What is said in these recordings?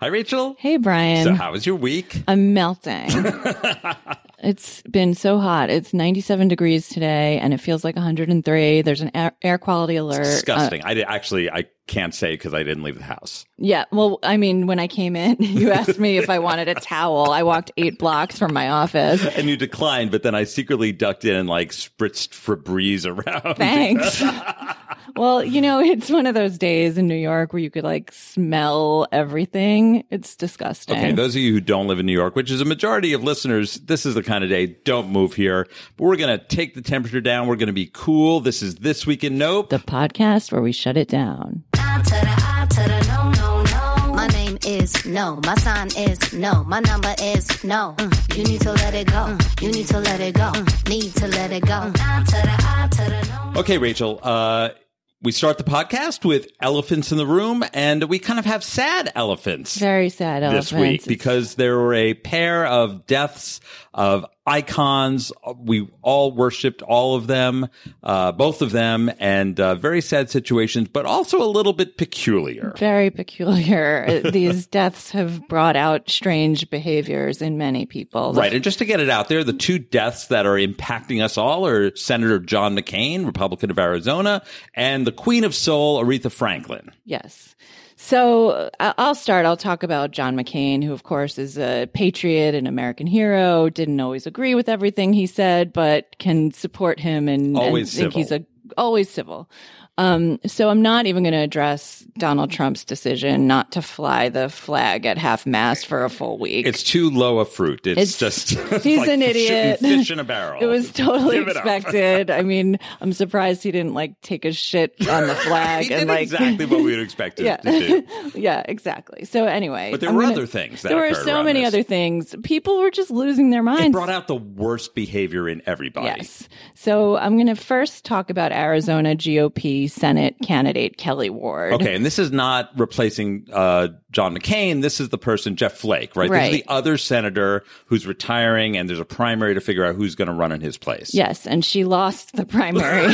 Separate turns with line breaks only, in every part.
Hi, Rachel.
Hey, Brian.
So, how was your week?
I'm melting. it's been so hot. It's 97 degrees today, and it feels like 103. There's an air, air quality alert. Uh,
Disgusting. I did, actually I can't say because I didn't leave the house.
yeah. Well, I mean, when I came in, you asked me if I wanted a towel. I walked eight blocks from my office.
And you declined, but then I secretly ducked in and like spritzed Febreze around.
Thanks. well, you know, it's one of those days in New York where you could like smell everything. It's disgusting.
Okay, those of you who don't live in New York, which is a majority of listeners, this is the kind of day, don't move here. But we're going to take the temperature down. We're going to be cool. This is This Week in Nope.
the podcast where we shut it down.
I to the I to the no, no, no. My name is no. My sign is no. My number is no. Mm. You need to let it go. Mm. You need to let it go. Mm. Need to let it go. I to the I to the no.
Okay, Rachel, uh, we start the podcast with elephants in the room, and we kind of have sad elephants.
Very sad elephants.
this week
It's-
because there were a pair of deaths of icons. We all worshipped all of them, uh, both of them, and uh, very sad situations, but also a little bit peculiar.
very peculiar. Uh, These deaths have brought out strange behaviors in many people.
Right. And just to get it out there, the two deaths that are impacting us all are Senator John McCain, Republican of Arizona, and the Queen of Soul, Aretha Franklin.
Yes. So I- I'll start. I'll talk about John McCain, who, of course, is a patriot, an American hero, didn't always agree with everything he said, but can support him and, and
Always
think he's
civil.
a always civil. Um, so I'm not even going to address Donald Trump's decision not to fly the flag at half mast for a full week.
It's too low a fruit. It's,
It's-
just it's
he's
like
an
shooting
idiot.
Fish in a barrel.
It was totally
Give it up.
expected. I mean, I'm surprised he didn't like take a shit on the flag
He
and
did
like
exactly what we would expect him
yeah,
to do.
yeah, exactly. So anyway,
But there
I'm
were
gonna-
other things. That
there were
occurred
so
around
many
this.
other things. People were just losing their minds.
It brought out the worst behavior in everybody.
Yes. So I'm going to first talk about Arizona GOP Senate candidate Kelly Ward.
Okay, and this is not replacing uh, John McCain. This is the person, Jeff Flake, right? This is
Right.
the other senator who's retiring, and there's a primary to figure out who's going to run in his place.
Yes, and she lost the primary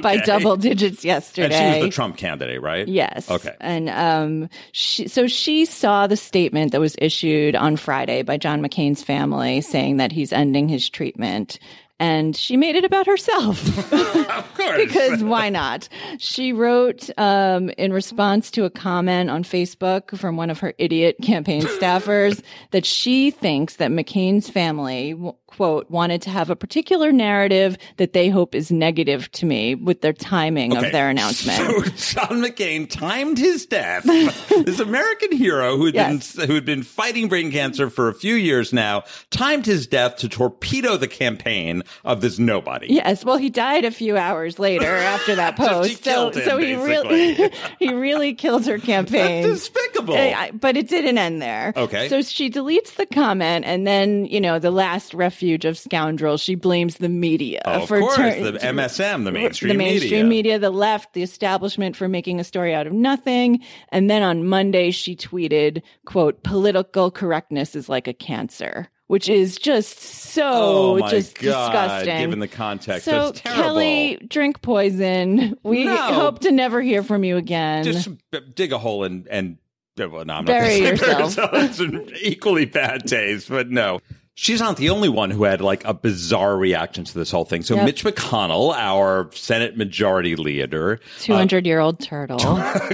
by double digits
And
yesterday.
she was the Trump candidate, right?
Yes.
Okay.
And um, she, so she saw the statement that was issued on Friday by John McCain's family saying that he's ending his treatment. And she made it about herself
Of course.
because why not? She wrote um, in response to a comment on Facebook from one of her idiot campaign staffers that she thinks that McCain's family, w- quote, wanted to have a particular narrative that they hope is negative to me with their timing
Okay.
of their announcement.
So John McCain timed his death. this American hero who had
Yes.
been who had been fighting brain cancer for a few years now timed his death to torpedo the campaign of this nobody.
Yes, well, he died a few hours later after that
So
post.
she killed him,
so he
basically.
really, he really killed her campaign.
Despicable.
Eh, I- But it didn't end there.
Okay.
So she deletes the comment, and then you know the last refuge of scoundrels. She blames the media
Oh, of
for
course,
turn-
the MSM, the mainstream,
the mainstream media, the left, the establishment for making a story out of nothing. And then on Monday, she tweeted, "quote Political correctness is like a cancer." Which is just so
Oh, my
just
God,
disgusting.
given the context,
so
that's terrible.
Kelly, drink poison. We
No.
hope to never hear from you again.
Just b- dig a hole and and uh, well, no, I'm
Bury
not gonna say bury
yourself.
It's an equally bad taste, but no. She's not the only one who had like a bizarre reaction to this whole thing. So
Yep.
Mitch McConnell, our Senate Majority Leader,
Two hundred year old turtle.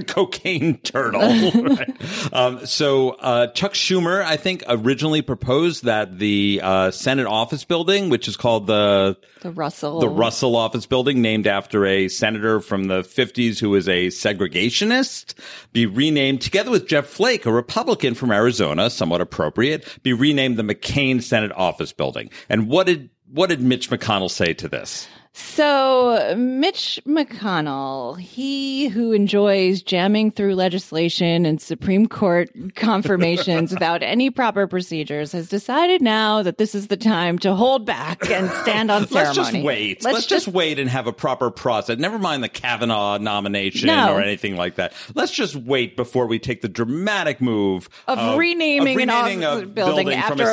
cocaine turtle. right? um, so uh, Chuck Schumer, I think, originally proposed that the uh, Senate office building, which is called the
The Russell.
the Russell office building, named after a senator from the 50s who was a segregationist, be renamed together with Jeff Flake, a Republican from Arizona, somewhat appropriate, be renamed the McCain Senate office building. And what did what did Mitch McConnell say to this?
So, Mitch McConnell, he who enjoys jamming through legislation and Supreme Court confirmations without any proper procedures, has decided now that this is the time to hold back and stand on
Let's
ceremony.
just wait. Let's, just, wait and have a proper process. Never mind the Kavanaugh nomination
No.
or anything like that. Let's just wait before we take the dramatic move
Of renaming an office building
from
after a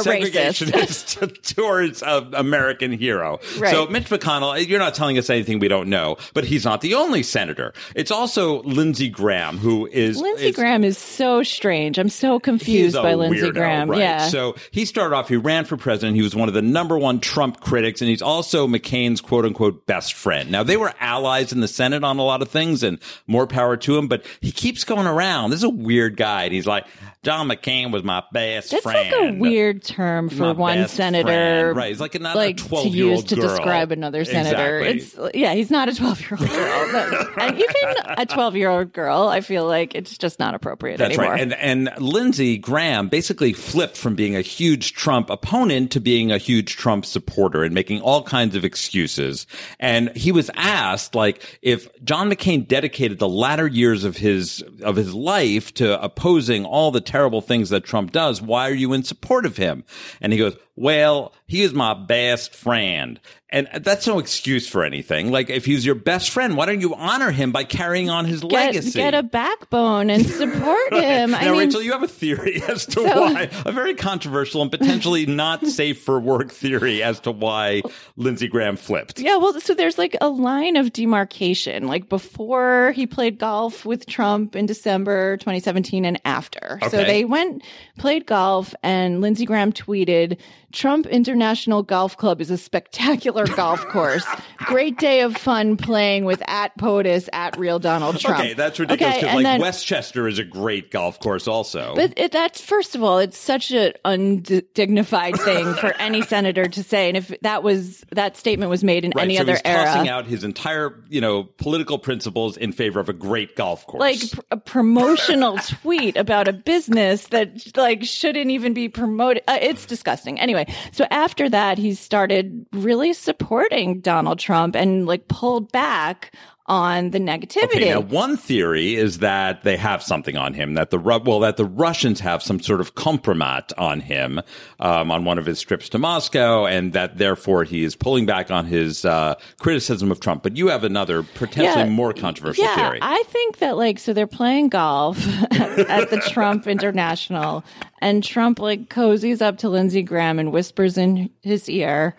racist.
segregationist towards an American hero.
Right.
So Mitch McConnell, you you're not telling us anything we don't know. But he's not the only senator. It's also Lindsey Graham, who is
Lindsey
is-
Graham is so strange. I'm so
He's
confused
a
by Lindsey
weirdo,
Graham.
Right?
Yeah.
So he started off, he ran for president. He was one of the number one Trump critics, and he's also McCain's quote unquote best friend. Now, they were allies in the Senate on a lot of things and more power to him, but he keeps going around. This is a weird guy. And he's like, John McCain was my best
That's
friend.
like a weird term for
My
one
best
senator.
friend. Right. He's like another
like, to
12-year-old
use to
girl.
describe another senator.
Exactly.
It's yeah, he's not a twelve year old girl. No. and even a twelve year old girl, I feel like it's just not appropriate
That's
anymore.
right. And and Lindsey Graham basically flipped from being a huge Trump opponent to being a huge Trump supporter and making all kinds of excuses. And he was asked like if John McCain dedicated the latter years of his of his life to opposing all the terrible things that Trump does, why are you in support of him? And he goes, "Well, he is my best friend." And that's no excuse for anything. Like if he's your best friend, why don't you honor him by carrying on his
get,
legacy?
get a backbone and support him. I
now,
mean,
Rachel, you have a theory as to why a very controversial and potentially not safe for work theory as to why Lindsey Graham flipped.
Yeah, well, so there's like a line of demarcation, like before he played golf with Trump in December 2017 and after. So
Okay.
they went, played golf, and Lindsey Graham tweeted Trump International Golf Club is a spectacular golf course. Great day of fun playing with at POTUS, at real Donald Trump.
Okay, that's ridiculous because
and
like
then-
Westchester is a great golf course also.
but it, that's first of all, it's such an undignified thing for any senator to say, and if that was that statement was made in
right,
any
so
other
he's
era,
tossing out his entire, you know, political principles in favor of a great golf course.
like pr- a promotional tweet about a business that like shouldn't even be promoted. Uh, it's disgusting. Anyway, so after that, he started really supporting Donald Trump and like pulled back on the negativity.
Okay, now one theory is that they have something on him that the Ru- well that the Russians have some sort of compromat on him um, on one of his trips to Moscow, and that therefore he is pulling back on his uh, criticism of Trump. But you have another potentially
Yeah.
more controversial
yeah,
theory.
I think that like so they're playing golf at, at the Trump International, and Trump like cozies up to Lindsey Graham and whispers in his ear,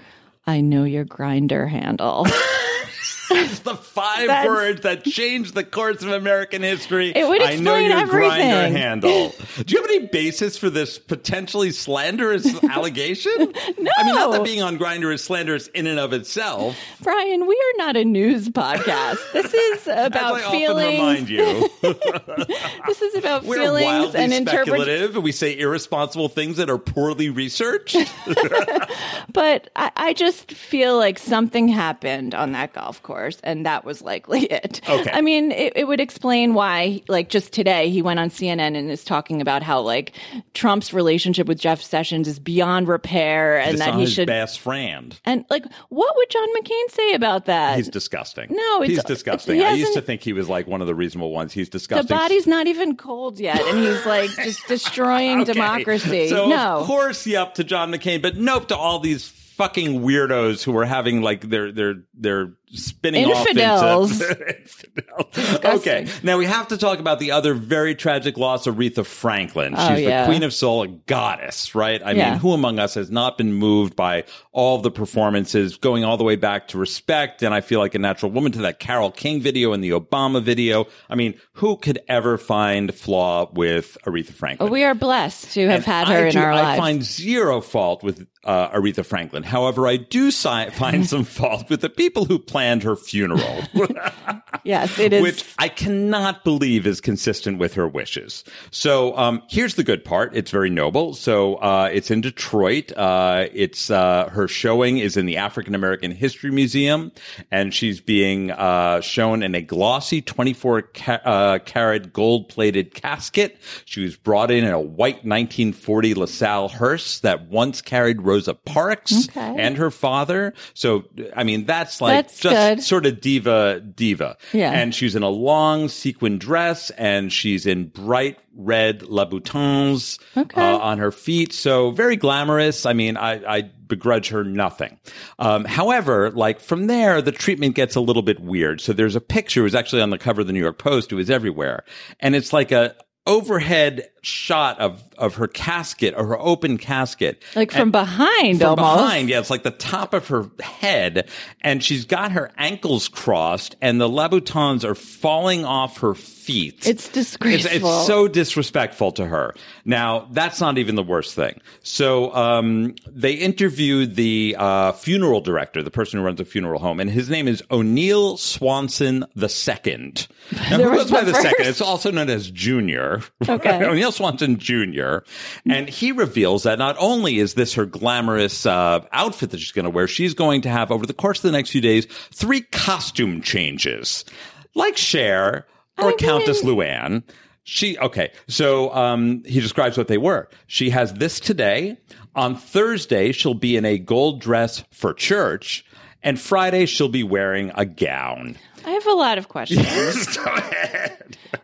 "I know your grinder handle."
It's the five
That's-
words that changed the course of American history.
It would
I know
explain
your grinder
everything.
handle. Do you have any basis for this potentially slanderous allegation? no. I mean, not that being on grinder is slanderous in and of itself.
Brian, we are not a news podcast. This is
As
about
I often
feelings.
remind you.
This is about
We're
feelings
wildly
and interpretation.
speculative, and we say irresponsible things that are poorly researched.
But I, I just feel like something happened on that golf course, and that was likely it.
Okay.
I mean, it, it would explain why, like, just today he went on CNN and is talking about how, like, Trump's relationship with Jeff Sessions is beyond repair, and
It's
that
not
he
his
should.
best friend.
and like, what would John McCain say about that?
He's disgusting.
Uh, No, it's-
he's
it's-
disgusting.
he
I used
hasn't-
to think he was like one of the reasonable ones. He's
the
disgusting.
body's not even cold yet, and he's like just destroying
Okay.
democracy.
So
no,
of course, yep to John McCain, but nope to all these fucking weirdos who are having like their their their spinning
Infidels.
off into Infidels. Okay, now we have to talk about the other very tragic loss, Aretha Franklin.
Oh,
She's
yeah.
the queen of soul, a goddess, right? I
Yeah.
mean, who among us has not been moved by all the performances, going all the way back to Respect, and I feel like a natural woman to that Carol King video and the Obama video. I mean, who could ever find flaw with Aretha Franklin?
We are blessed to have had
And
her
I
in
do-
our
I
lives.
find zero fault with uh, Aretha Franklin. However, I do si- find some fault with the people who planned her funeral,
yes, it is.
which I cannot believe is consistent with her wishes. So um, here's the good part: it's very noble. So uh, it's in Detroit. Uh, it's uh, her showing is in the African American History Museum, and she's being uh, shown in a glossy 24 ca- uh, carat gold plated casket. She was brought in in a white 1940 LaSalle hearse that once carried Rosa Parks
Okay.
and her father. So I mean, that's like
That's
just
good.
sort of diva diva.
Yeah.
And she's in a long sequin dress and she's in bright red Louboutins
Okay.
uh, on her feet. So very glamorous. I mean, I, I begrudge her nothing. Um, however, like from there, the treatment gets a little bit weird. So there's a picture, it was actually on the cover of the New York Post, it was everywhere. And it's like a overhead shot of of her casket or her open casket,
Like from behind
from
almost.
behind. Yeah, it's like the top of her head, and she's got her ankles crossed, and the labutons are falling off her feet.
It's disgraceful.
It's, it's so disrespectful to her. Now, that's not even the worst thing. So um, they interviewed the uh, funeral director, the person who runs a funeral home, and his name is O'Neill Swanson the Second. Now,
There
who
was
goes by
the
the second?
first.
It's also known as Junior.
Okay.
O'Neill Swanson Jr. And he reveals that not only is this her glamorous uh, outfit that she's going to wear, she's going to have, over the course of the next few days, three costume changes. Like Cher or
I
Countess
didn't-
Luann. She, okay. So um, he describes what they were. She has this today. On Thursday, she'll be in a gold dress for church. And Friday, she'll be wearing a gown.
I have a lot of questions.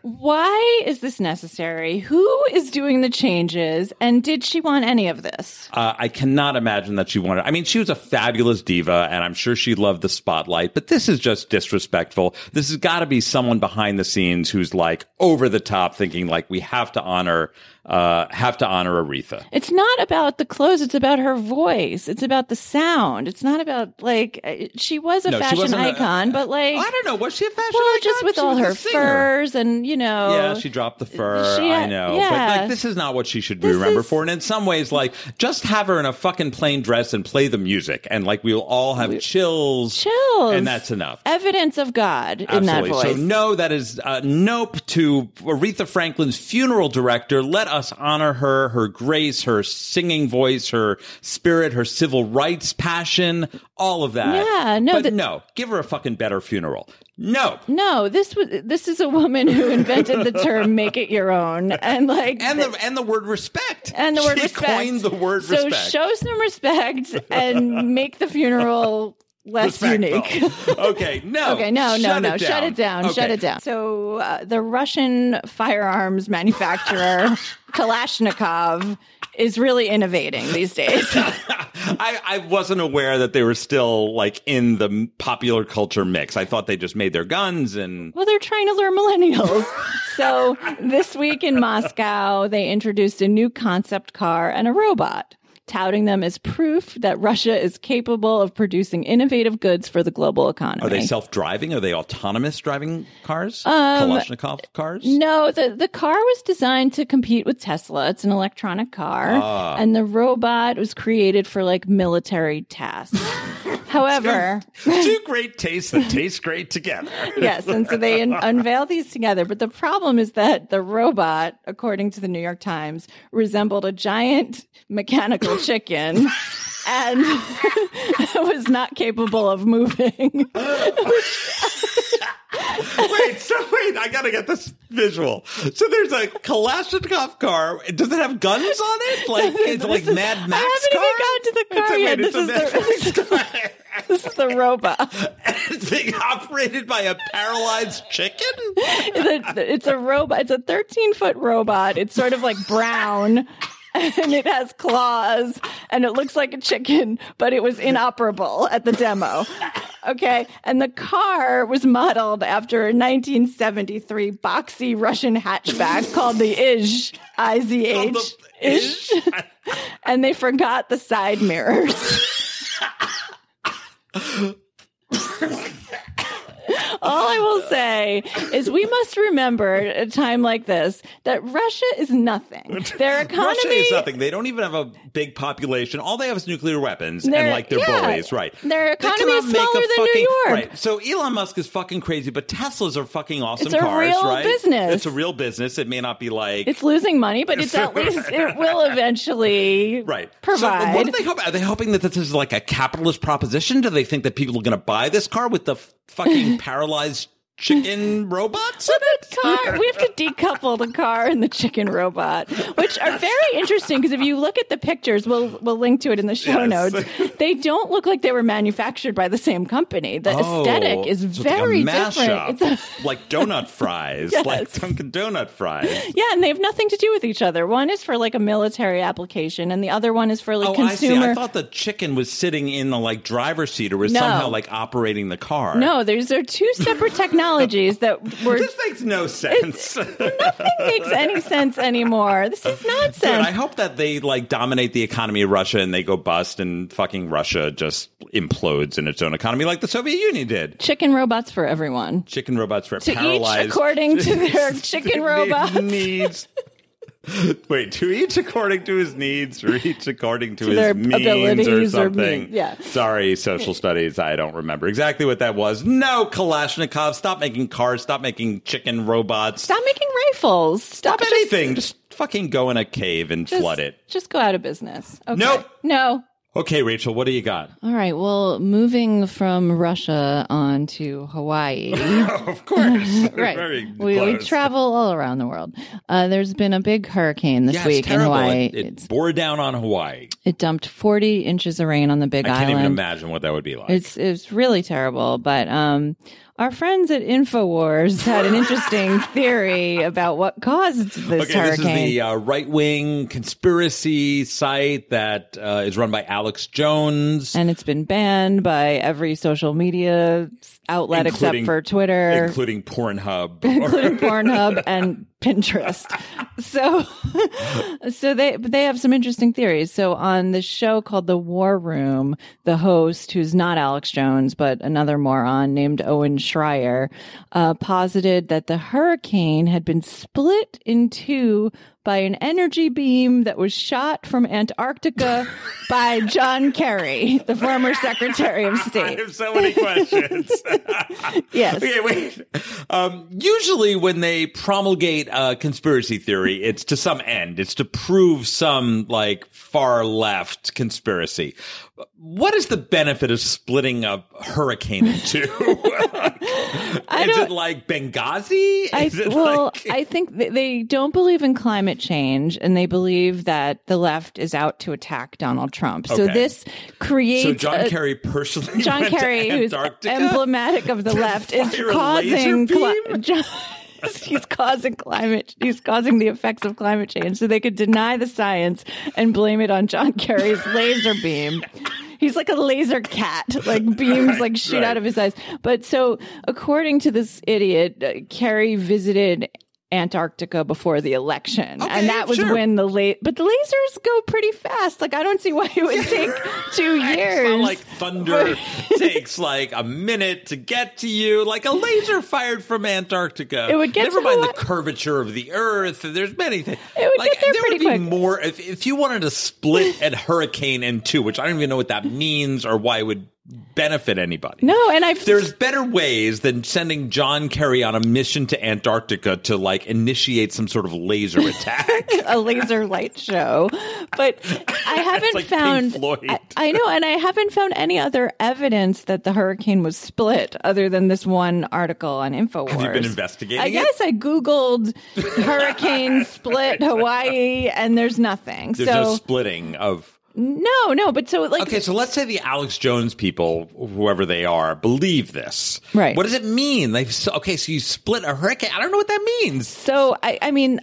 Why is this necessary? Who is doing the changes? And did she want any of this?
Uh, I cannot imagine that she wanted. I mean, she was a fabulous diva, and I'm sure she loved the spotlight. But this is just disrespectful. This has got to be someone behind the scenes who's like over the top, thinking like we have to honor, uh, have to honor Aretha.
It's not about the clothes. It's about her voice. It's about the sound. It's not about like uh, she was a
No, she
fashion
wasn't a- uh,
icon, but like
I don't know. Was she a fashion
well,
icon?
just with
She
all
was a
her
singer.
furs and you know,
Yeah, she dropped the fur.
She-
I know. But
yeah.
like this is not what she should be
This
remembered
is-
for. And in some ways, like just have her in a fucking plain dress and play the music and like we'll all have chills.
chills,
And that's enough.
Evidence of God
Absolutely.
in that
So
voice.
no, that is uh, nope to Aretha Franklin's funeral director. Let us honor her, her grace, her singing voice, her spirit, her civil rights passion, all of that.
Yeah, no,
but
that-
no, give her a fucking better funeral. No.
No, this was this is a woman who invented the term "make it your own" and like
And the and the word respect.
and the word
she
respect.
coined the word
so
respect.
show some respect and make the funeral less
Respectful.
unique.
okay, no.
Okay, no, no,
Shut
no.
It down.
Shut it down. Shut
Okay.
it down. So uh, the Russian firearms manufacturer Kalashnikov is really innovating these days.
I, I wasn't aware that they were still like in the m- popular culture mix. I thought they just made their guns and
Well, they're trying to lure millennials. so this week in Moscow, they introduced a new concept car and a robot, touting them as proof that Russia is capable of producing innovative goods for the global economy.
are Oh, they self-driving? Are they autonomous driving cars? Kalashnikov cars?
Um, No, the, the car was designed to compete with Tesla. It's an electronic car. And the robot was created for like military tasks. However,
Two great tastes that taste great together.
yes. And so they un- unveil these together. But the problem is that the robot, according to the New York Times, resembled a giant mechanical chicken and was not capable of moving.
wait, so wait, I gotta get this visual. So there's a Kalashnikov car. Does it have guns on it? Like it's like Mad Max car?
I haven't even gotten to the car yet. Oh,
It's
This
a,
is
wait, it's a
the,
Mad Max car.
this is the robot.
It's being operated by a paralyzed chicken?
the, the- it's a robot. It's a 13 foot robot. It's sort of like brown. And it has claws and it looks like a chicken, but it was inoperable at the demo. Okay. And the car was modeled after a 1973 boxy Russian hatchback called the Ish, I Z H. Ish. And they forgot the side mirrors. All I will say is we must remember at a time like this that Russia is nothing. Their economy
Russia is nothing. They don't even have a big population. All they have is nuclear weapons and
Their-
like their
yeah.
bullies, right?
Their
They
economy
cannot
is
make a
smaller than New
fucking-
York.
Right. So Elon Musk is fucking crazy, but Teslas are fucking awesome
It's a
cars,
real
right?
business.
It's a real business. It may not be like
It's losing money, but it's at least it will eventually
Right. So
provide.
what are they hoping? Are they hoping that this is like a capitalist proposition? Do they think that people are going to buy this car with the fucking paralyzed chicken robots?
So the car, we have to decouple the car and the chicken robot, which are very interesting because if you look at the pictures, we'll we'll link to it in the show
Yes.
notes. They don't look like they were manufactured by the same company. The aesthetic is
Oh, so it's
very
like a mashup,
different. It's a-
like donut fries,
Yes.
like Dunkin' Donut fries.
yeah, and they have nothing to do with each other. One is for like a military application, and the other one is for like
Oh, I see.
consumer.
I thought the chicken was sitting in the like driver's seat or was
No.
somehow like operating the car.
No, these are two separate technologies that were
This makes no sense.
makes any sense anymore. This is
Dude,
nonsense.
I hope that they like dominate the economy of Russia and they go bust and fucking Russia just implodes in its own economy like the Soviet Union did.
chicken robots for everyone.
Chicken robots were
To
paralyzed.
each according to their
Their
chicken robots.
needs. Wait, to each according to his needs, or each according to, his
their
means or
abilities or
something.
mean- yeah.
Sorry, social studies. I don't remember exactly what that was. No, Kalashnikov. Stop making cars. Stop making chicken robots.
Stop making rifles. Stop,
Stop anything. Just, fucking go in a cave and
Just,
flood it.
Just go out of business. Okay.
Nope.
No.
Okay, Rachel, what do you got?
All right. Well, moving from Russia on to Hawaii.
Of course.
right.
Very
we, we
close.
travel all around the world. Uh, there's been a big hurricane this
Yeah,
week
it's terrible.
in Hawaii.
It, it
it's,
bore down on Hawaii.
it dumped 40 inches of rain on the Big
I can't
Island.
even imagine what that would be like.
It's it's really terrible, but um, our friends at Infowars had an interesting theory about what caused this
okay, this is
hurricane.
the uh, right wing conspiracy site that uh, is run by Alex Jones,
and it's been banned by every social media outlet
Including-
except for Twitter,
including Pornhub. Or-
including Pornhub and Pinterest. So, so they they have some interesting theories. So on the show called The War Room, the host, who's not Alex Jones but another moron named Owen Schreier, uh, posited that the hurricane had been split in two by an energy beam that was shot from Antarctica by John Kerry, the former Secretary of
I
State.
have so many questions.
Yes.
okay, wait. Um, usually, when they promulgate a conspiracy theory, it's to some end. It's to prove some like far left conspiracy. What is the benefit of splitting a hurricane in two? is it
don't-
like Benghazi?
I,
Is it
well,
like-
I think th- they don't believe in climate change, and they believe that the left is out to attack Donald Trump. So
Okay.
this creates
so John
a-
Kerry personally.
John
went to
Kerry, who's
Antarctica?
emblematic of the left, is
fire a
causing
laser
cli-
beam?
John- he's causing climate. He's causing the effects of climate change, so they could deny the science and blame it on John Kerry's laser beam. He's like a laser cat, like beams like shoot
right.
out of his eyes. But so, according to this idiot, uh, Kerry visited. Antarctica before the election,
Okay,
and that was
sure.
when the late. But the lasers go pretty fast. Like I don't see why it would take two years.
It's not like thunder takes like a minute to get to you, like a laser fired from Antarctica.
It would get
Never
to
mind
Hawaii.
the curvature of the Earth. There's many things.
It would
like,
get there
would
pretty
be
quick.
more if if you wanted to split a hurricane in two, which I don't even know what that means or why it would benefit anybody.
No, and I've
There's better ways than sending John Kerry on a mission to Antarctica to like initiate some sort of laser attack.
a laser light show, but I haven't
like Pink
found.
Floyd.
I, I know, and I haven't found any other evidence that the hurricane was split, other than this one article on Infowars. Have
you been investigating
I
it?
guess I googled hurricane split Hawaii, and there's nothing.
There's
so
no splitting of
no, no, but so like
Okay, so let's say the Alex Jones people, whoever they are, believe this.
Right.
What does it mean? They okay, so you split a hurricane. I don't know what that means.
So I, I mean,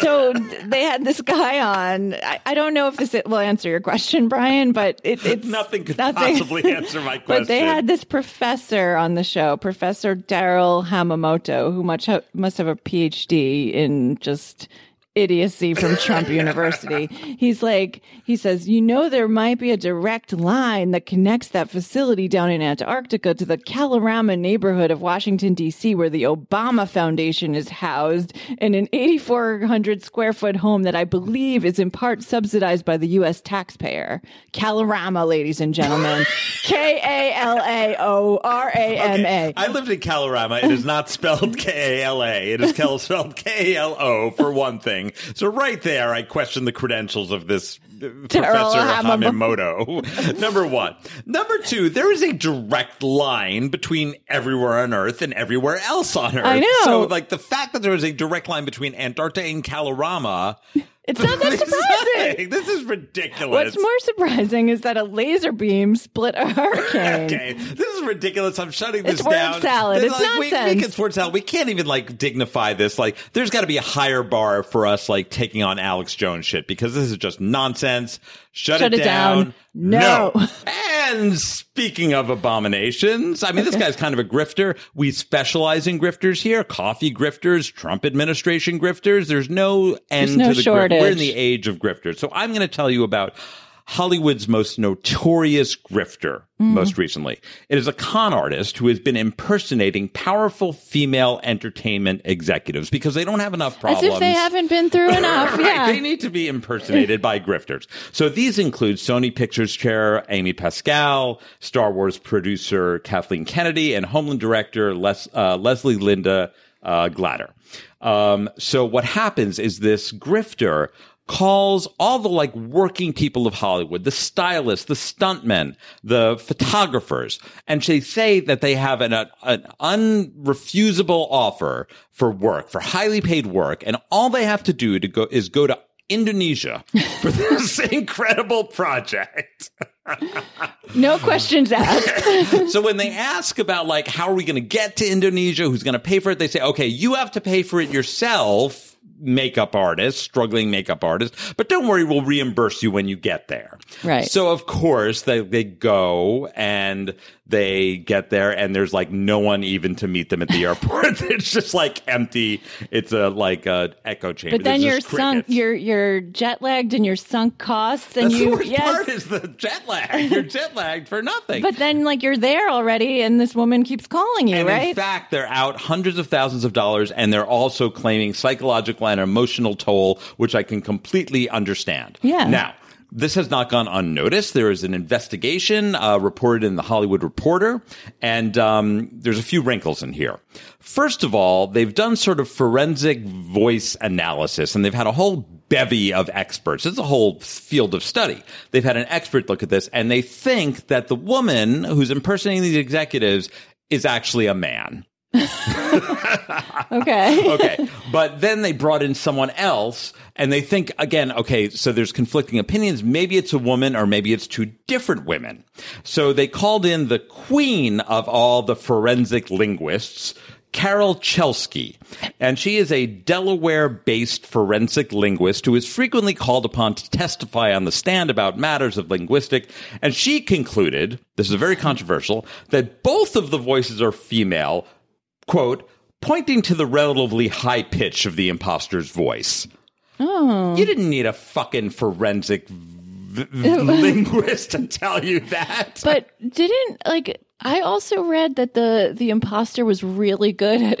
so they had this guy on. I, I don't know if this will answer your question, Brian, but it, it's
Nothing could possibly answer my
But they
question.
had this professor on the show, Professor Daryl Hamamoto, who much ha- must have a PhD in just idiocy from Trump University. He's like, he says, you know, there might be a direct line that connects that facility down in Antarctica to the Kalorama neighborhood of Washington, D.C., where the Obama Foundation is housed in an 8,400 square foot home that I believe is in part subsidized by the U.S. taxpayer. Kalorama, ladies and gentlemen. K A L A O R A M A.
I lived in Kalorama. It is not spelled K A L A. It is kel- spelled K A L O for one thing. So right there, I question the credentials of this uh, Professor
Hamamoto.
Hamamoto. Number one. Number two, there is a direct line between everywhere on Earth and everywhere else on Earth.
I know.
So like the fact that there is a direct line between Antarctica and Kalorama.
It's not that
This is
surprising.
nothing. This is ridiculous.
What's more surprising is that a laser beam split a hurricane.
Okay, this is ridiculous. I'm shutting this
It's word
down.
salad.
This-
It's
like, we- We,
nonsense.
can word salad. We can't even like dignify this. Like, there's got to be a higher bar for us like taking on Alex Jones shit because this is just nonsense. Shut,
Shut it down. No.
And speaking of abominations, I mean, this guy's kind of a grifter. We specialize in grifters here coffee grifters, Trump administration grifters. There's no end
no
to the
shortage.
grift. We're in the age of grifters. So I'm going to tell you about Hollywood's most notorious grifter
Mm-hmm.
most recently. It is a con artist who has been impersonating powerful female entertainment executives because they don't have enough
As
problems.
if they haven't been through enough.
Right,
Yeah.
They need to be impersonated by grifters. So these include Sony Pictures chair Amy Pascal, Star Wars producer Kathleen Kennedy, and Homeland director Les- uh, Leslie Linda uh, Glatter. Um, so what happens is this grifter calls all the like working people of Hollywood, the stylists, the stuntmen, the photographers, and they say that they have an, uh, an unrefusable offer for work, for highly paid work, and all they have to do to go is go to Indonesia for this incredible project.
No questions asked.
so when they ask about like how are we going to get to Indonesia, who's going to pay for it, they say, "Okay, you have to pay for it yourself." Makeup artist, struggling makeup artist, but don't worry, we'll reimburse you when you get there.
Right.
So of course they they go and they get there, and there's like no one even to meet them at the airport. it's just like empty. It's a like a echo chamber.
But then
There's
you're
just
sunk,
crickets.
you're you're jet lagged, and you're sunk costs, and
That's
you
the worst
yes.
part is the jet lag. You're jet lagged for nothing.
But then, like, you're there already, and this woman keeps calling you,
And in
right?
fact, they're out hundreds of thousands of dollars and they're also claiming psychological and emotional toll, which I can completely understand.
Yeah.
Now, this has not gone unnoticed. There is an investigation uh, reported in the Hollywood Reporter, and um, there's a few wrinkles in here. First of all, they've done sort of forensic voice analysis, and they've had a whole bevy of experts. It's a whole field of study. They've had an expert look at this, and they think that the woman who's impersonating these executives is actually a man.
okay.
Okay. but then they brought in someone else and they think again, okay, so there's conflicting opinions. Maybe it's a woman or maybe it's two different women. So they called in the queen of all the forensic linguists. Carol Chelsky, and she is a Delaware based forensic linguist who is frequently called upon to testify on the stand about matters of linguistic. And she concluded, this is very controversial, that both of the voices are female, quote, pointing to the relatively high pitch of the imposter's voice. You didn't need a fucking forensic v- v- linguist to tell you that.
But didn't like I also read that the the imposter was really good at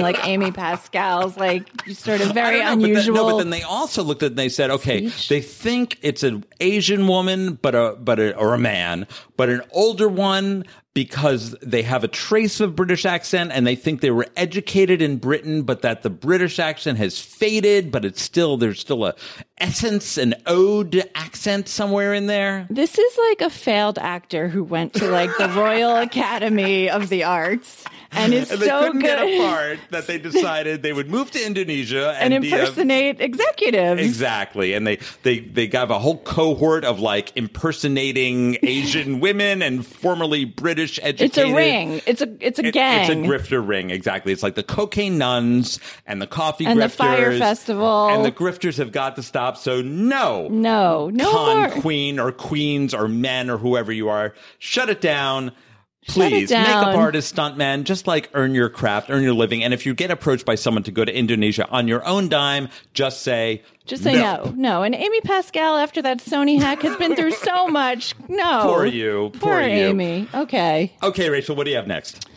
like Amy Pascal's like sort of very
I don't know, but then-
unusual.
no, but then they also looked at it and they said, okay,
Speech.
they think it's an Asian woman, but a but a, or a man, but an older one because they have a trace of British accent and they think they were educated in Britain, but that the British accent has faded, but it's still there's still a essence, an ode accent somewhere in there.
This is like a failed actor who went to like the Royal Academy of the Arts and is
And they
so
couldn't
good
get a part that they decided they would move to Indonesia and,
and
be a-
impersonate executives.
Exactly, and they they they have a whole cohort of like impersonating Asian women and formerly British educated.
It's a ring. It's a it's a
It-
gang.
It's a grifter ring, exactly. It's like the cocaine nuns and the coffee
And the
grifters
fire festival.
and the grifters have got to stop. So no,
no, no
con
more.
queen or queens or men or whoever you are, shut it down.
it
Please, makeup
down.
artist, stuntman, just like earn your craft, earn your living. And if you get approached by someone to go to Indonesia on your own dime, just say,
Just say no. no, And Amy Pascal, after that Sony hack, has been through so much. No,
Poor you. Poor you.
Amy. Okay.
Okay, Rachel, what do you have next?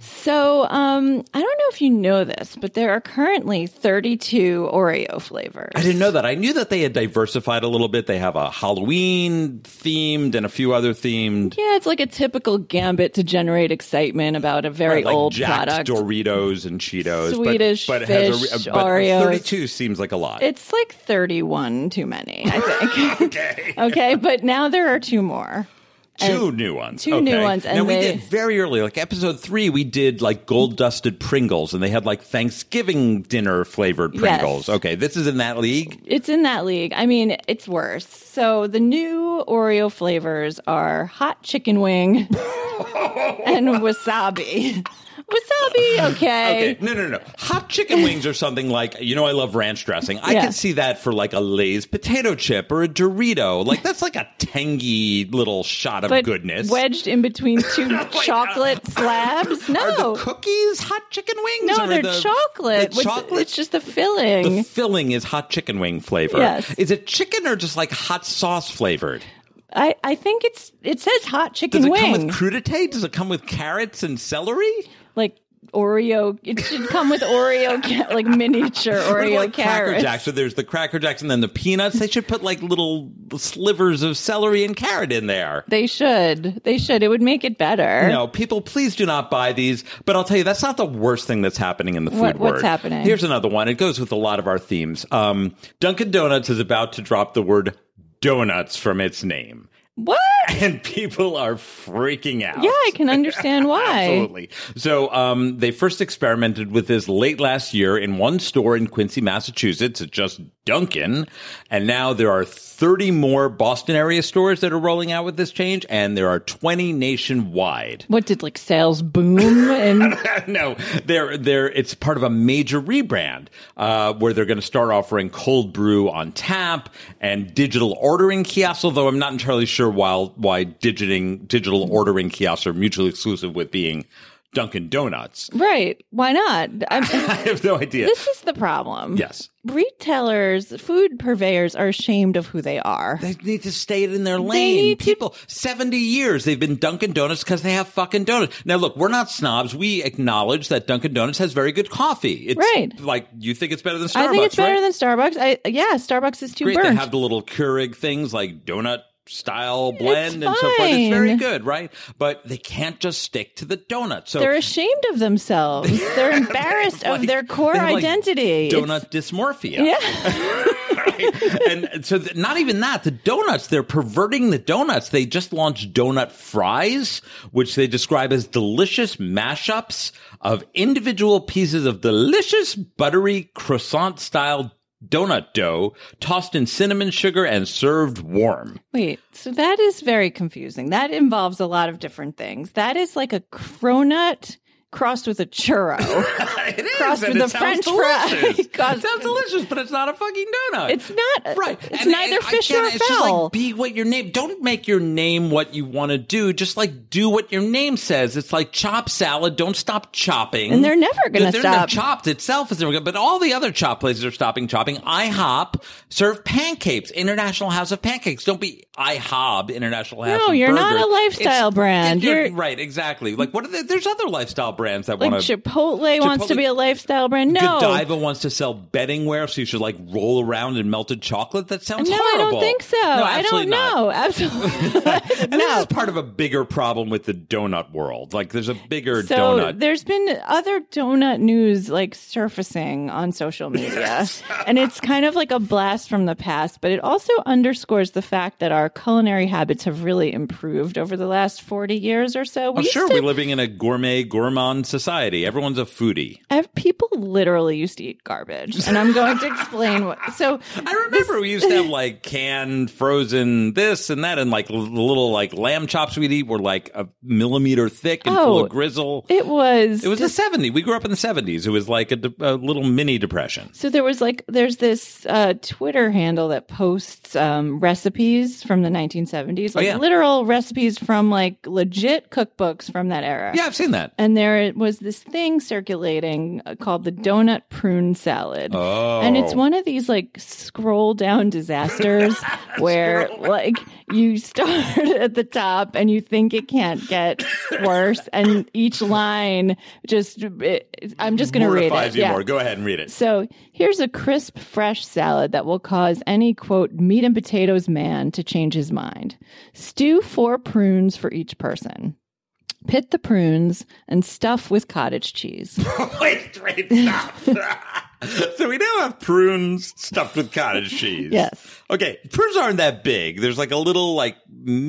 So, um, I don't know if you know this, but there are currently 32 Oreo flavors.
I didn't know that. I knew that they had diversified a little bit. They have a Halloween themed and a few other themed.
Yeah, it's like a typical gambit to generate excitement about a very
uh, like
old
Jacked
product.
Doritos and Cheetos. but-
Swedish
but,
fish,
it has a, re- uh,
Oreos.
but 32 seems like a lot.
It's like 31 too many, I think. okay. Okay, but now there are two more.
two new ones.
two
okay.
new ones, and
now we
they-
did very early, like episode three. We did like gold dusted Pringles, and they had like Thanksgiving dinner flavored Pringles. Okay, this is in that league.
It's in that league. I mean, it's worse. So the new Oreo flavors are hot chicken wing and wasabi, Wasabi, okay.
Okay. No, no, no. Hot chicken wings or something like, you know, I love ranch dressing. I
Yeah.
can see that for like a Lay's potato chip or a Dorito. Like that's like a tangy little shot of
But
goodness. Oh
wedged in between two
God.
chocolate slabs. No,
Are the cookies hot chicken wings?
no,
or
they're
the,
chocolate.
The
What's-
chocolate.
It's just the filling.
the filling is hot chicken wing flavor.
Yes.
Is it chicken or just like hot sauce flavored?
I, I think it's it says hot chicken
Does it come
wing,
with crudité? Does it come with carrots and celery?
like Oreo. It should come with Oreo, ca- like miniature
Or
Oreo
like Cracker
carrots.
Jacks. So there's the Cracker Jacks and then the peanuts. They should put like little slivers of celery and carrot in there.
They should. They should. It would make it better.
No, people, please do not buy these. But I'll tell you, that's not the worst thing that's happening in the food
What- what's
world.
happening?
Here's another one. It goes with a lot of our themes. Um, Dunkin' Donuts is about to drop the word donuts from its name,
What?
and people are freaking out.
Yeah, I can understand why.
Absolutely. So um, they first experimented with this late last year in one store in Quincy, Massachusetts. It's just Dunkin'. And now there are 30 more Boston area stores that are rolling out with this change, and there are 20 nationwide.
What did like sales boom and
no, they're they're it's part of a major rebrand uh, where they're going to start offering cold brew on tap and digital ordering kiosks. Although I'm not entirely sure why why digiting digital ordering kiosks are mutually exclusive with being Dunkin' Donuts.
right? Why not?
I
I'm,
have no idea.
this is the problem.
yes.
retailers, food purveyors are ashamed of who they are.
They need to stay in their lane.
need to-
People, 70 years they've been Dunkin' Donuts because they have fucking donuts. Now, look, we're not snobs. We acknowledge that Dunkin' Donuts has very good coffee. It's
Right.
Like, you think it's better than Starbucks,
I think it's
right?
better than Starbucks. I yeah, Starbucks is too
Great. They
burnt.
have the little Keurig things like donut style blend and so forth. It's very
fine.
good, right? But they can't just stick to the donut. So
They're ashamed of themselves. They're embarrassed
like-
of their core
they have, like,
identity.
donut dysmorphia.
Yeah.
and so th- not even that the donuts they're perverting the donuts they just launched donut fries which they describe as delicious mashups of individual pieces of delicious buttery croissant style donut dough tossed in cinnamon sugar and served warm
Wait, so that is very confusing. That involves a lot of different things. That is like a cronut crossed with a churro.
it is
Crossed
and
with
it
a
sounds
french fry.
delicious. it
Crossed-
sounds delicious but it's not a fucking donut
it's not
Right.
It's
And-
neither
and
fish
again,
nor
It's just
fowl.
like be what your name. Don't make your name what you want to do. Just like do what your name says. It's like chop salad. Don't stop chopping.
And they're never gonna
They're- they're-
stop.
Chopped itself is never good, but all the other chop places are stopping chopping. IHOP serve pancakes. International House of Pancakes. Don't be IHOB International House.
No,
of
you're not
Burgers.
a lifestyle brand.
You're,
You're-
right. Exactly. Like what are the, there's other lifestyle brands that
like
want to.
Chipotle, wants to
Chipotle-
be a lifestyle brand. No.
Godiva wants to sell bedding wear, so you should like roll around in melted chocolate. That sounds
no,
horrible.
I don't think so.
No,
I
absolutely
don't
not.
know. Absolutely.
And this is part of a bigger problem with the donut world. Like, there's a bigger
So
donut.
there's been other donut news like surfacing on social media. and it's kind of like a blast from the past, but it also underscores the fact that our culinary habits have really improved over the last 40 years or so.
I'm
used
Oh, sure
to-
we're living in a gourmet gourmand society. Everyone's a foodie.
I have- people literally used to eat garbage. And I'm going to explain what. So
I remember we used to have like canned, frozen this and that, and like l- the little like lamb chops we'd eat were like a millimeter thick and full
Oh.
of grizzle.
it was.
It was the 70s. We grew up in the 70s. It was like a, de- a little mini depression.
So there was like there's this uh, Twitter handle that posts um, recipes from the 1970s, like
Oh, yeah.
literal recipes from like legit cookbooks from that era.
Yeah, I've seen that.
And there was this thing circulating uh, called the donut prune salad.
Oh.
And it's one of these like scroll down disasters where like you start at the top and you think it can't get worse. And each line just, it, I'm just going to read
Mortifies
it.
you
Yeah.
more. Go ahead and read it.
So here's a crisp, fresh salad that will cause any quote meat and potatoes man to change his mind. Stew four prunes for each person. Pit the prunes and stuff with cottage cheese.
Wait, straight stop. so we now have prunes stuffed with cottage cheese.
Yes.
Okay, prunes aren't that big. There's like a little, like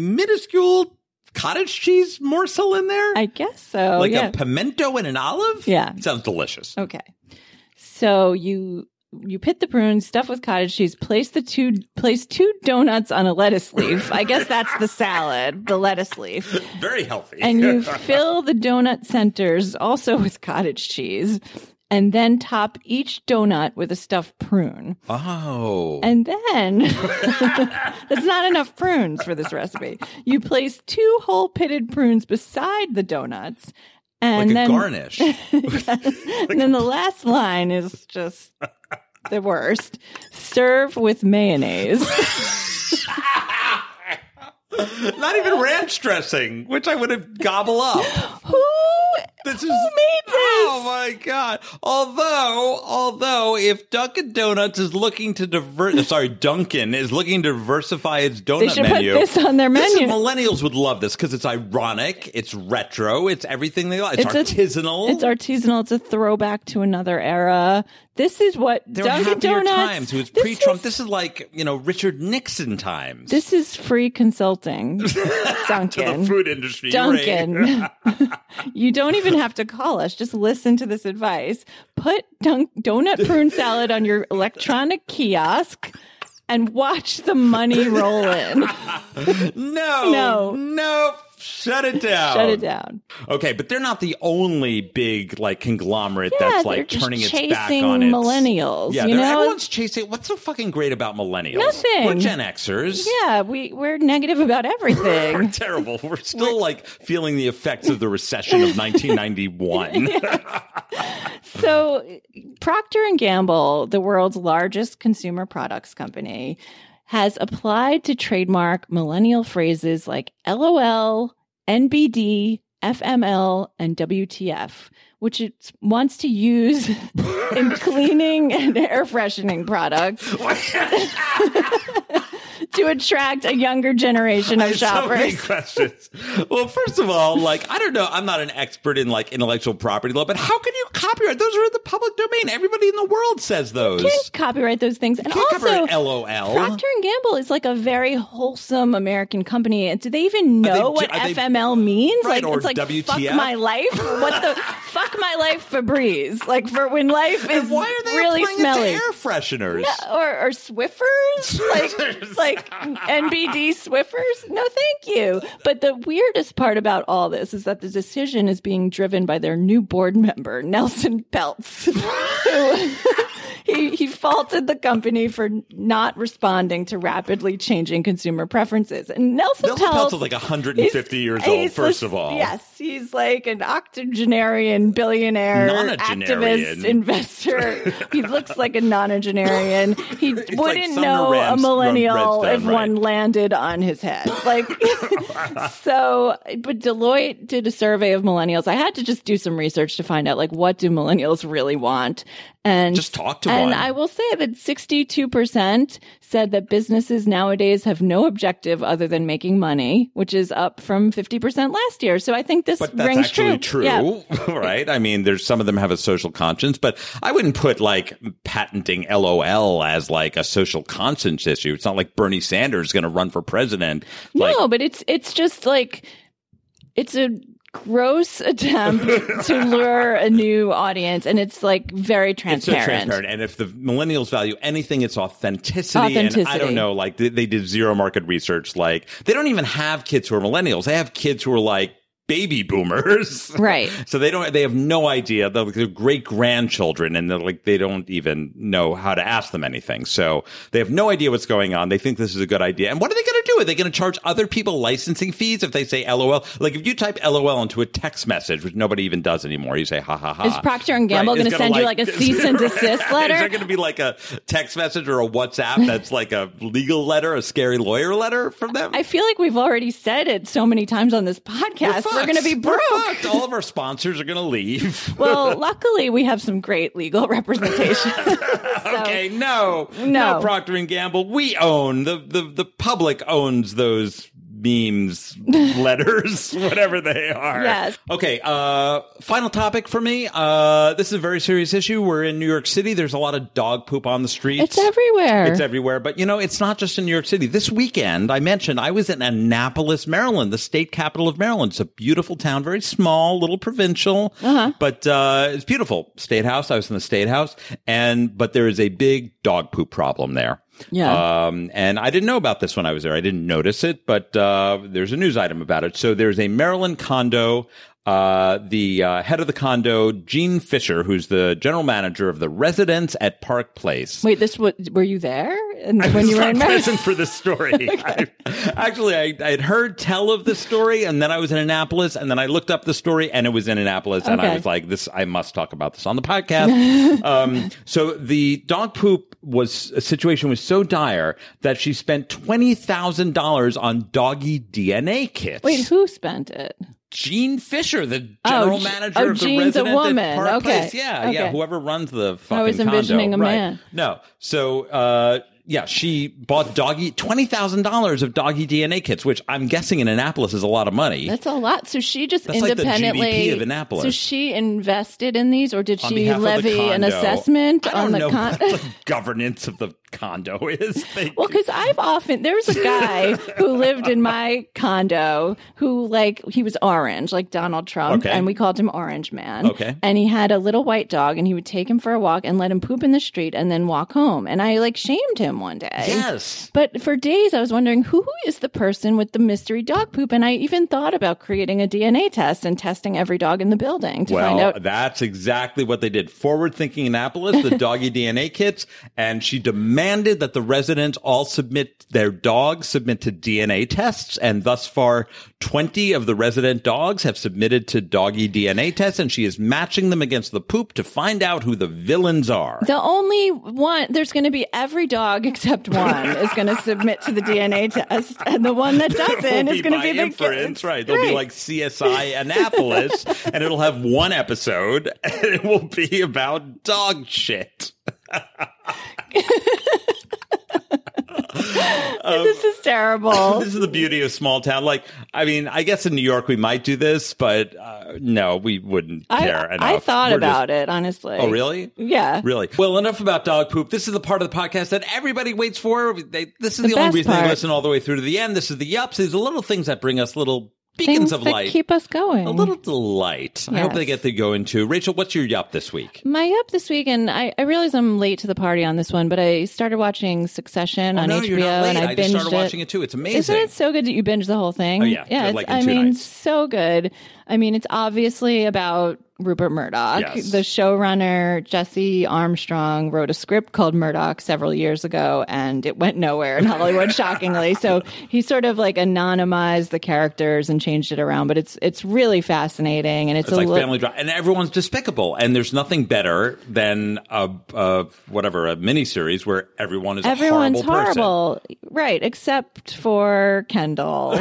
minuscule cottage cheese morsel in there,
I guess so.
like
yeah.
a pimento and an olive.
Yeah.
sounds delicious.
okay. So you you pit the prunes, stuff with cottage cheese, place the two place two donuts on a lettuce leaf. I guess that's the salad, the lettuce leaf.
Very healthy.
And you fill the donut centers also with cottage cheese and then top each donut with a stuffed prune.
oh.
And then that's not enough prunes for this recipe. You place two whole pitted prunes beside the donuts. And
like a
then
garnish.
and then the last line is just the worst. Serve with mayonnaise.
Not even ranch dressing, which I would have gobble up.
Who?
This is Oh my god! Although, although, if Dunkin' Donuts is looking to divert, sorry, Dunkin' is looking to diversify its donut
They should
menu.
put this on their
This is-
menu.
millennials would love this because it's ironic, it's retro, it's everything they like. It's,
It's a-
artisanal.
it's artisanal. It's a throwback to another era. This is what
There were
Dunkin'
happier
Donuts.
times. It was
this
pre-Trump.
is-
This is like you know Richard Nixon times.
This is free consulting, Duncan.
industry.
Duncan, you don't even have to call us. Just listen to this advice. Put dunk- donut prune salad on your electronic kiosk and watch the money roll in.
No,
No.
no. Shut it down.
Shut it down.
Okay, but they're not the only big like conglomerate
Yeah,
that's
they're
like
just
turning its
chasing
back on its
millennials,
Yeah,
you
they're-
know?
everyone's chasing. What's so fucking great about millennials?
Nothing.
We're Gen Xers.
Yeah, we we're negative about
We're
everything.
terrible. We're still like feeling the effects of the recession of 1991.
so Procter and Gamble, the world's largest consumer products company, has applied to trademark millennial phrases like LOL, NBD, FML, and WTF, which it wants to use in cleaning and air freshening products to attract a younger generation of
so many
shoppers.
questions. Well, first of all, like I don't know, I'm not an expert in like intellectual property law, but how can you copyright? Those are in the public domain. Everybody in the world says those.
Can't copyright those things. And
You can't
also,
copyright LOL.
Procter and Gamble is like a very wholesome American company. And Do they even know
they-
what
are they-
FML means?
Right,
like
or
it's like
WTF?
fuck my life. What the fuck my life Febreze? Like for when life is
And why are they
really
applying
smelly.
it to air fresheners?
or, or Swiffers,
Swiffers.
like like NBD Swiffers. No, thank you. But the weirdest part about all this is that the decision is being driven by their new board member, Nelson Peltz. who- he he faulted the company for not responding to rapidly changing consumer preferences. And Nelson,
Nelson Peltz
Peltz
is like
he's-
150 years old,
he's
first
a-
of all.
Yes, he's like an octogenarian billionaire,
Nonagenarian.
activist, investor. he looks like a nonagenarian. He wouldn't
like Sumner
know
Rams-
a millennial
Redstone,
if one
right.
landed on his head. Like, so, but Deloitte did a survey of millennials. I had to just do some research to find out, like, what do millennials really want? And
Just talk to
and
one.
I will say that 62% said that businesses nowadays have no objective other than making money, which is up from 50% last year. So I think this
but that's
rings
actually true,
Yeah.
right? I mean, there's some of them have a social conscience, but I wouldn't put like patenting LOL as like a social conscience issue. It's not like Bernie Sanders is going to run for president. Like,
no, but it's it's just like it's a gross attempt to lure a new audience and it's like very
it's so
transparent.
transparent. And if the millennials value anything, it's authenticity. And I
Authenticity.
don't know, like they, they did zero market research. Like they don't even have kids who are millennials. They have kids who are like baby boomers.
Right.
So they don't. They have no idea. They're, like, they're great grandchildren, and they're like they don't even know how to ask them anything. So they have no idea what's going on. They think this is a good idea. And what are they going to do? Are they going to charge other people licensing fees if they say LOL? Like if you type LOL into a text message, which nobody even does anymore, you say ha ha ha.
Is Procter and Gamble
Uh, Right, it's
going to send
gonna,
you like a cease and desist
Is
letter?
there going to be like a text message or a WhatsApp that's like a legal letter, a scary lawyer letter from them?
I feel like we've already said it so many times on this podcast. We're, going to be
We're
broke.
fucked. All of our sponsors are going to leave.
Well, luckily we have some great legal representation. So-
Okay, no,
No.
Procter and Gamble. We own the the the public owns those memes, letters, whatever they are.
Yes.
Okay. Uh, final topic for me. Uh, this is a very serious issue. We're in New York City. There's a lot of dog poop on the streets.
It's everywhere.
It's everywhere. But you know, it's not just in New York City. This weekend, I mentioned I was in Annapolis, Maryland, the state capital of Maryland. It's a beautiful town, very small, little provincial,
Uh-huh.
but uh, it's beautiful. State House. I was in the State House, and but there is a big dog poop problem there.
Yeah.
Um, and I didn't know about this when I was there. I didn't notice it, but uh, there's a news item about it. So there's a Maryland condo. Uh, the uh, head of the condo, Gene Fisher, who's the general manager of the residence at Park Place.
Wait, this was were you there? And when you were
Not
in
present
Maryland?
for this story. I, actually, I, I'd heard tell of the story, and then I was in Annapolis, and then I looked up the story, and it was in Annapolis, and I
Okay.
was like, "This, I must talk about this on the podcast." um, so the dog poop was a situation was so dire that she spent twenty thousand dollars on doggy DNA kits.
Wait, who spent it?
Gene Fisher, the
Oh,
general
G-
manager
oh,
of the
Gene's a
resident at
woman.
Park
Okay.
Place. Yeah, yeah.
Okay.
Whoever runs the fucking
was envisioning
condo.
a
Right.
man.
No. So, uh, yeah, she bought doggy twenty thousand dollars of doggy DNA kits, which I'm guessing in Annapolis is a lot of money.
That's a lot. So she just
That's like the
independently
GDP of Annapolis.
So she invested in these, or did
on
she
behalf of the
levy an
condo.
assessment
I don't
on the
know
con?
what the governance of the condo is. They-
Well, because I've often there was a guy who lived in my condo who like he was orange, like Donald Trump,
Okay.
and we called him Orange Man.
Okay.
and he had a little white dog, and he would take him for a walk and let him poop in the street, and then walk home. And I like shamed him one day.
yes.
But for days, I was wondering who is the person with the mystery dog poop, and I even thought about creating a DNA test and testing every dog in the building to find
Well,
out.
that's exactly what they did. Forward thinking Annapolis, the doggy DNA kits, and she demanded that the residents all submit their dogs submit to DNA tests. And thus far, 20 of the resident dogs have submitted to doggy DNA tests, and she is matching them against the poop to find out who the villains are.
The only one there's going to be every dog except one is going to submit to the DNA test, and the one that doesn't
Will
is going to
by
be the
inference, right? They'll be
Right.
like CSI Annapolis, and it'll have one episode, and it will be about dog shit.
this is terrible.
this is the beauty of small town. Like, I mean, I guess in New York we might do this, but uh, no, we wouldn't care
I,
enough.
I thought
We're just-
about it honestly.
oh, really?
Yeah.
Really? Well, enough about dog poop. This is the part of the podcast that everybody waits for. They, this is the,
The
only
best
reason they
part.
listen all the way through to the end. This is the yups. These are little things that bring us little beacons
Things
of
that
light.
keep us going.
a little delight. I hope
Yes.
they get to go into. Rachel, what's your yup this week?
My up this week, and I, I realize I'm late to the party on this one, but I started watching Succession on
Oh, no,
HBO,
you're not late.
and I,
I
binged
just started
it.
watching it too. It's amazing.
Isn't it so good that you binge the whole thing? Oh
yeah. Good,
yeah. it's-
like, in
I
two
mean,
nights.
so good. I mean, it's obviously about Rupert Murdoch.
Yes.
The showrunner Jesse Armstrong wrote a script called Murdoch several years ago, and it went nowhere in Hollywood, shockingly. So he sort of like anonymized the characters and changed it around, but it's it's really fascinating, and it's,
It's
a
like
look-
family drama, and everyone's despicable. And there's nothing better than a, a whatever a miniseries where everyone is
Everyone's
a horrible,
horrible, right? Except for Kendall.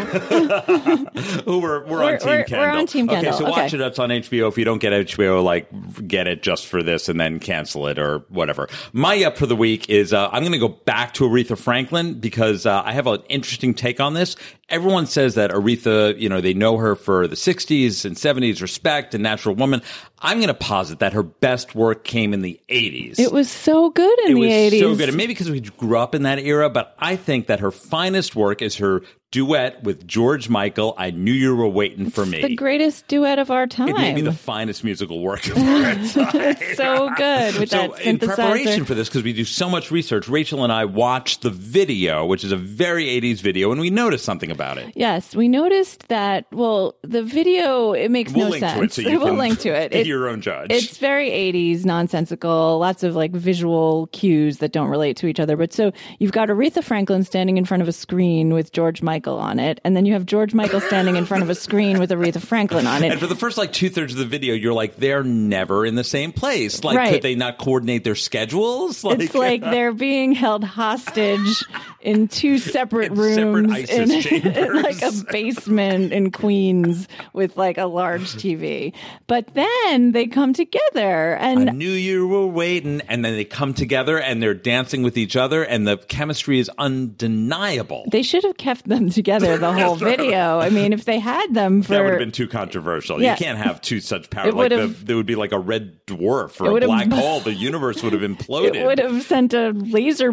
person. Who we're, we're, on
We're-
team
we're-
Kendall.
we're on Team
Okay,
Kendall.
so
Okay.
watch it. It's on HBO. If you don't get HBO, like get it just for this, and then cancel it or whatever. My up for the week is uh, I'm going to go back to Aretha Franklin because uh, I have an interesting take on this. Everyone says that Aretha, you know, they know her for the '60s and '70s, respect and natural woman. I'm going to posit that her best work came in the '80s.
it was so good in
it
the
was
80s.
so good. And maybe because we grew up in that era, but I think that her finest work is her duet with George Michael. I knew you were waiting for me.
The greatest duet of our time.
it may be the finest musical work of our time.
so good with
so
that
in
synthesizer.
preparation for this, because we do so much research, Rachel and I watched the video, which is a very 80s video, and we noticed something about it.
yes, we noticed that. Well, the video it makes
We'll
no
link
sense.
to it so you
we'll
can
link to it.
be
It-
your own judge.
It's very 80s, nonsensical, lots of like visual cues that don't relate to each other. But so you've got Aretha Franklin standing in front of a screen with George Michael on it, and then you have George Michael standing in front of a screen with Aretha Franklin on it.
And for the first like two thirds of the video, you're like, they're never in the same place. Like,
Right.
could they not coordinate their schedules?
It's like they're being held hostage in two separate
In
rooms
separate ISIS
in, in
chambers.
like a basement in Queens with like a large TV. But then they come together
I
and
knew you were waiting. And then they come together and they're dancing with each other, and the chemistry is undeniable.
they should have kept them together the whole video. I mean, if they had them for
that would have been too controversial.
Yeah.
You can't have two such
It
powers. Like the,
would've-
there would be like a red dwarf
It
or a
would've-
black hole. The universe would have imploded.
it would have sent a laser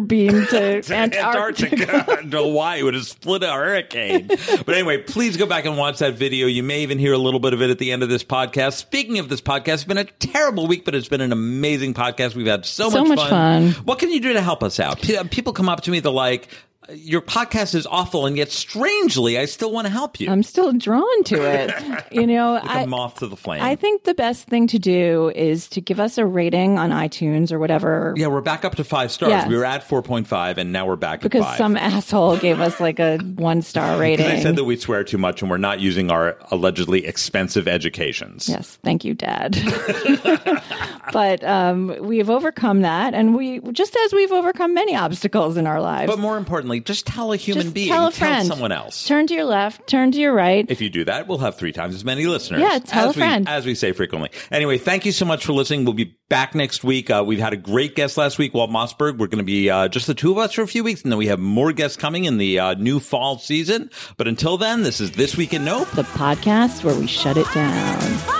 beam to,
to
Antarctica.
Antarctica. I don't know why it would have split a hurricane. but anyway, please go back and watch that video. You may even hear a little bit of it at the end of this podcast. Speaking of this podcast, it's been a terrible week, but it's been an amazing podcast. We've had so,
So
much,
much fun.
What can you do to help us out? Pe- People come up to me, they're like, your podcast is awful, and yet strangely, I still want to help you.
I'm still drawn to it. You know,
like a
I,
moth to the flame.
I think the best thing to do is to give us a rating on iTunes or whatever.
yeah, we're back up to five stars.
Yeah.
We were at 4.5, and now we're back
Because
at five.
some asshole gave us like a one star rating.
they said that we swear too much and we're not using our allegedly expensive educations.
Yes, thank you, Dad. but um, we've overcome that, and we just as we've overcome many obstacles in our lives.
But more importantly, just tell a human
just
being,
tell a friend,
someone else.
Turn to your left, turn to your right.
If you do that, we'll have three times as many listeners.
Yeah, tell
as
a friend.
We, as we say frequently. Anyway, thank you so much for listening. We'll be back next week. Uh, we've had a great guest last week, Walt Mossberg. We're going to be uh, just the two of us for a few weeks, and then we have more guests coming in the uh, new fall season. But until then, this is This Week in Nope.
the podcast where we shut it down.
Oh,